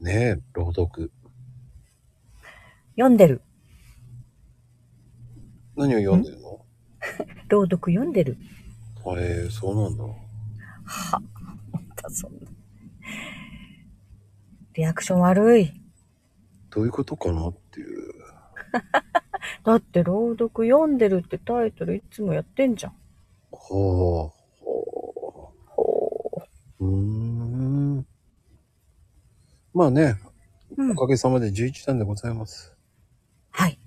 ねえ、朗読。読んでる。何を読んでるの朗読読んでる。あれ、そうなんだ。は、またそんな。リアクション悪い。どういうことかなっていう。だって朗読読んでるってタイトルいつもやってんじゃん。はあ、はあ。ほうーん。まあね、う。うんお。かげさまで11弾でございます。はい。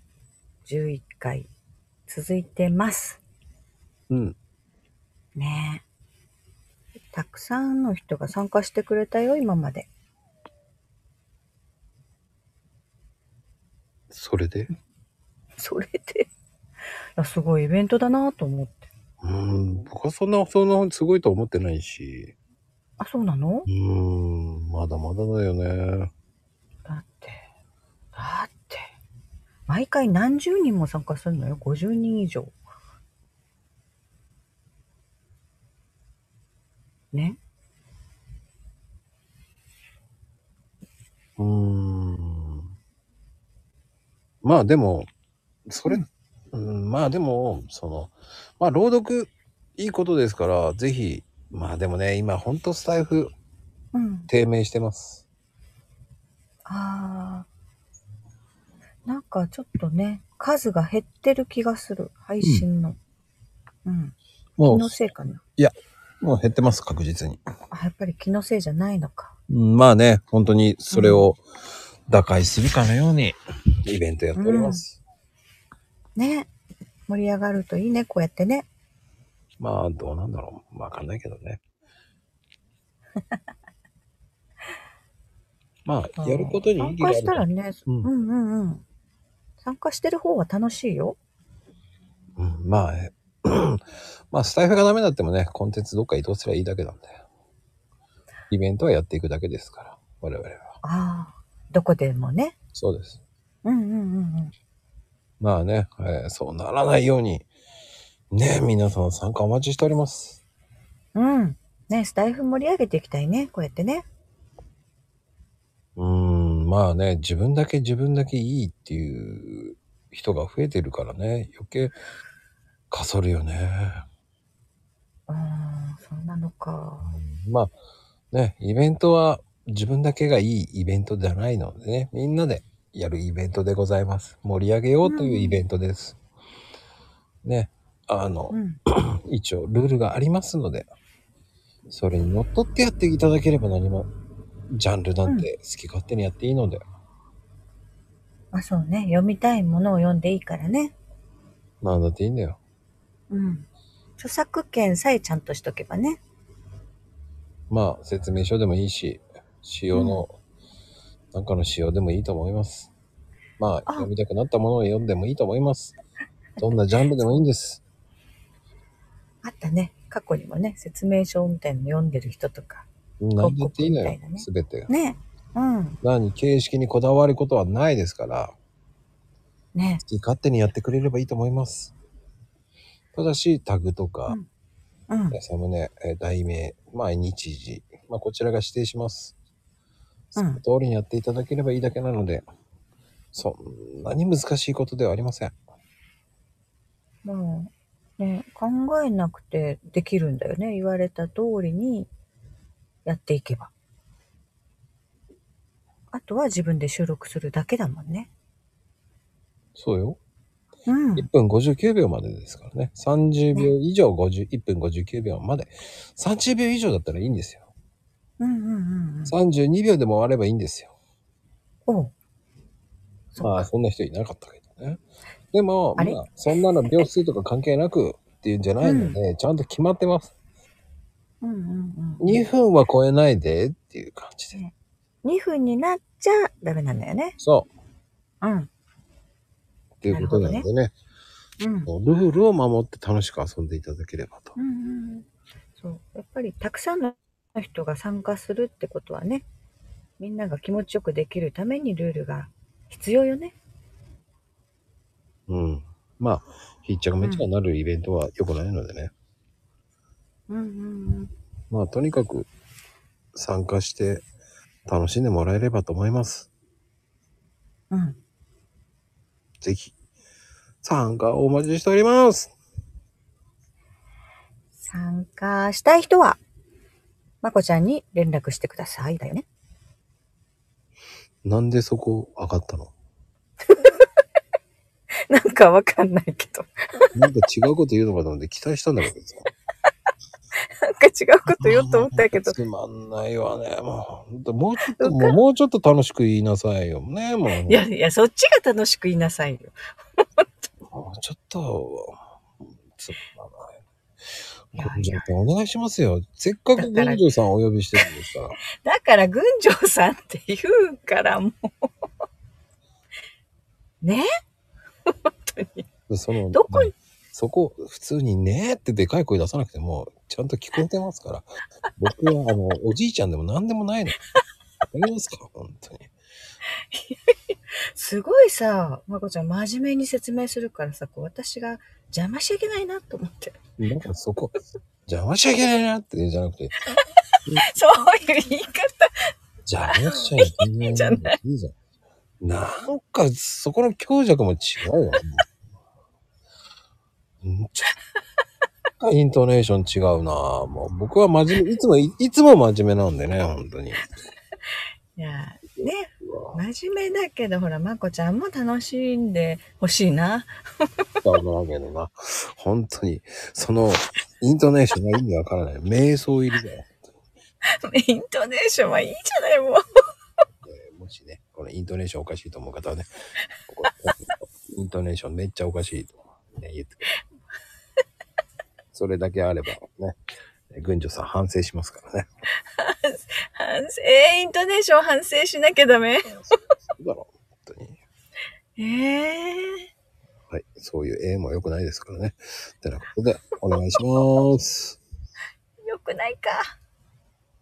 11回続いてます。うん。ねえ。たくさんの人が参加してくれたよ、今まで。それでそれで。いや、すごいイベントだなと思って。うーん。僕はそんな、そんな、すごいとは思ってないし。あ、そうなのうーん。まだまだだよね。だって、だって、毎回何十人も参加するのよ、50人以上。ねうーん。まあでも、それ、うん、まあでも、その、まあ朗読、いいことですから、ぜひ、まあでもね、今ほんとスタイフうん。低迷してます。あー。なんかちょっとね、数が減ってる気がする、配信の。うん。も気のせいかな。う、もう減ってます、確実に。あ、やっぱり気のせいじゃないのか。うんまあね、本当にそれを打開するかのように、イベントやっております。ね盛り上がるといいね、こうやってね。まあ、どうなんだろう。わかんないけど ね。まあ、やることに意参義があ加るしたらね、うんうんうんうん。参加してる方は楽しいよ。うん、まあ、え まあ、スタイフがダメだってもね、コンテンツどっか移動すればいいだけなんだよ。イベントはやっていくだけですから、我々は。ああ、どこでもね。そうです。うんうんうんまあね、えーそうならないように、ね、皆さん参加お待ちしております。うん。うん。ね、スタイフ盛り上げていきたいね、こうやってね。うーん、まあね、自分だけ自分だけいいっていう人が増えてるからね、余計、かそるよね。うーん、そんなのか。まあね、イベントは自分だけがいいイベントじゃないのでね、みんなでやるイベントでございます。盛り上げようというイベントです。ね、あのう、ん。一応ルールがありますので、それにのっとってやっていただければ何も、ジャンルなんて好き勝手にやっていいので、まあそうね、読みたいものを読んでいいからね。なんだっていいんだよ。うん。著作権さえちゃんとしとけばね。まあ、説明書でもいいし、仕様の、なんかの仕様でもいいと思います。まあ、あ読みたくなったものを読んでもいいと思います。どんなジャンルでもいいんです。あったね。過去にもね、説明書みたいの読んでる人とか。何だっていいの広告みよたいな、ねすべて。ね。うん。何、形式にこだわることはないですから、ね。好き勝手にやってくれればいいと思います。ただし、タグとか、うん。サムネ、えー題名、まあ、日時、まあ、こちらが指定します。うそのん通りにやっていただければいいだけなので、そんなに難しいことではありません。もう、ね、考えなくてできるんだよね。言われた通りにやっていけば。あとは自分で収録するだけだもんね。そうよ。うん。 1分59秒までですからね。30秒以上、50 1分59秒まで。30秒以上だったらいいんですよ。うんうんうんうん。 32秒でも終わればいいんですよ。おうそっかまあ、そんな人いなかったけどね。でも、あれまあ、そんなの秒数とか関係なくっていうんじゃないので、ちゃんと決まってます。うんうんうん。 2分は超えないでっていう感じで。 2分になっちゃダメなんだよね。そう。うん。っていうことなのでね、うん。ルールを守って楽しく遊んでいただければとうんう。んうん。そう。やっぱりたくさんの人が参加するってことはね、みんなが気持ちよくできるためにルールが必要よね。うん。まあ、ひっちゃかめっちゃかになるイベントは良くないのでね。うんうんうん。まあ、とにかく参加して、楽しんでもらえればと思います。うん。ぜひ、参加お待ちしております。参加したい人は、まこちゃんに連絡してください。だよね。 なんでそこ上がったのなんかわかんないけど。なんか違うこと言うのかと思って期待したんだけどさ。なんか違うこと言おうと思ったけど。つまんないわね。もう、ほんともうちょっと、もうもうちょっと楽しく言いなさいよね。もう、いやいや、そっちが楽しく言いなさいよ。もうちょっと、つまんない。いや根性さんお願いしますよ。せっかく根性さんをお呼びしてるんですから。だから、群青さんって言うからもう。ねそのどこにそこ普通に「ねえ」ってでかい声出さなくてもちゃんと聞こえてますから 僕はあのおじいちゃんでも何でもないの。わかりますか本当に。すごいさ、まこちゃん真面目に説明するからさ、こう私が邪魔しちゃいけないなと思って。なんかそこ邪魔しちゃいけないなって言うんじゃなくて そういう言い方。邪魔しちゃいけない。じゃないいいじゃん。なんかそこの強弱も違うよね。うんちょっとイントネーション違うなもう僕は真面目、いつも、いいつも真面目なんでね、本当に。いや、ね、真面目だけど、ほら、まこちゃんも楽しんでほしいな。だわけどな。本当に、その、イントネーションが意味わからない。瞑想入りだよ。イントネーションはいいじゃない、もう。えーもしね、このイントネーションおかしいと思う方はね、ここイントネーションめっちゃおかしいと、ね、言ってくれそれだけあればね、えー群女さん反省しますからね。反省、えーイントネーション反省しなきゃダメ。そうだろう、本当に。えー。はい、そういう絵も良くないですからね。てなことで、お願いします。よくないか。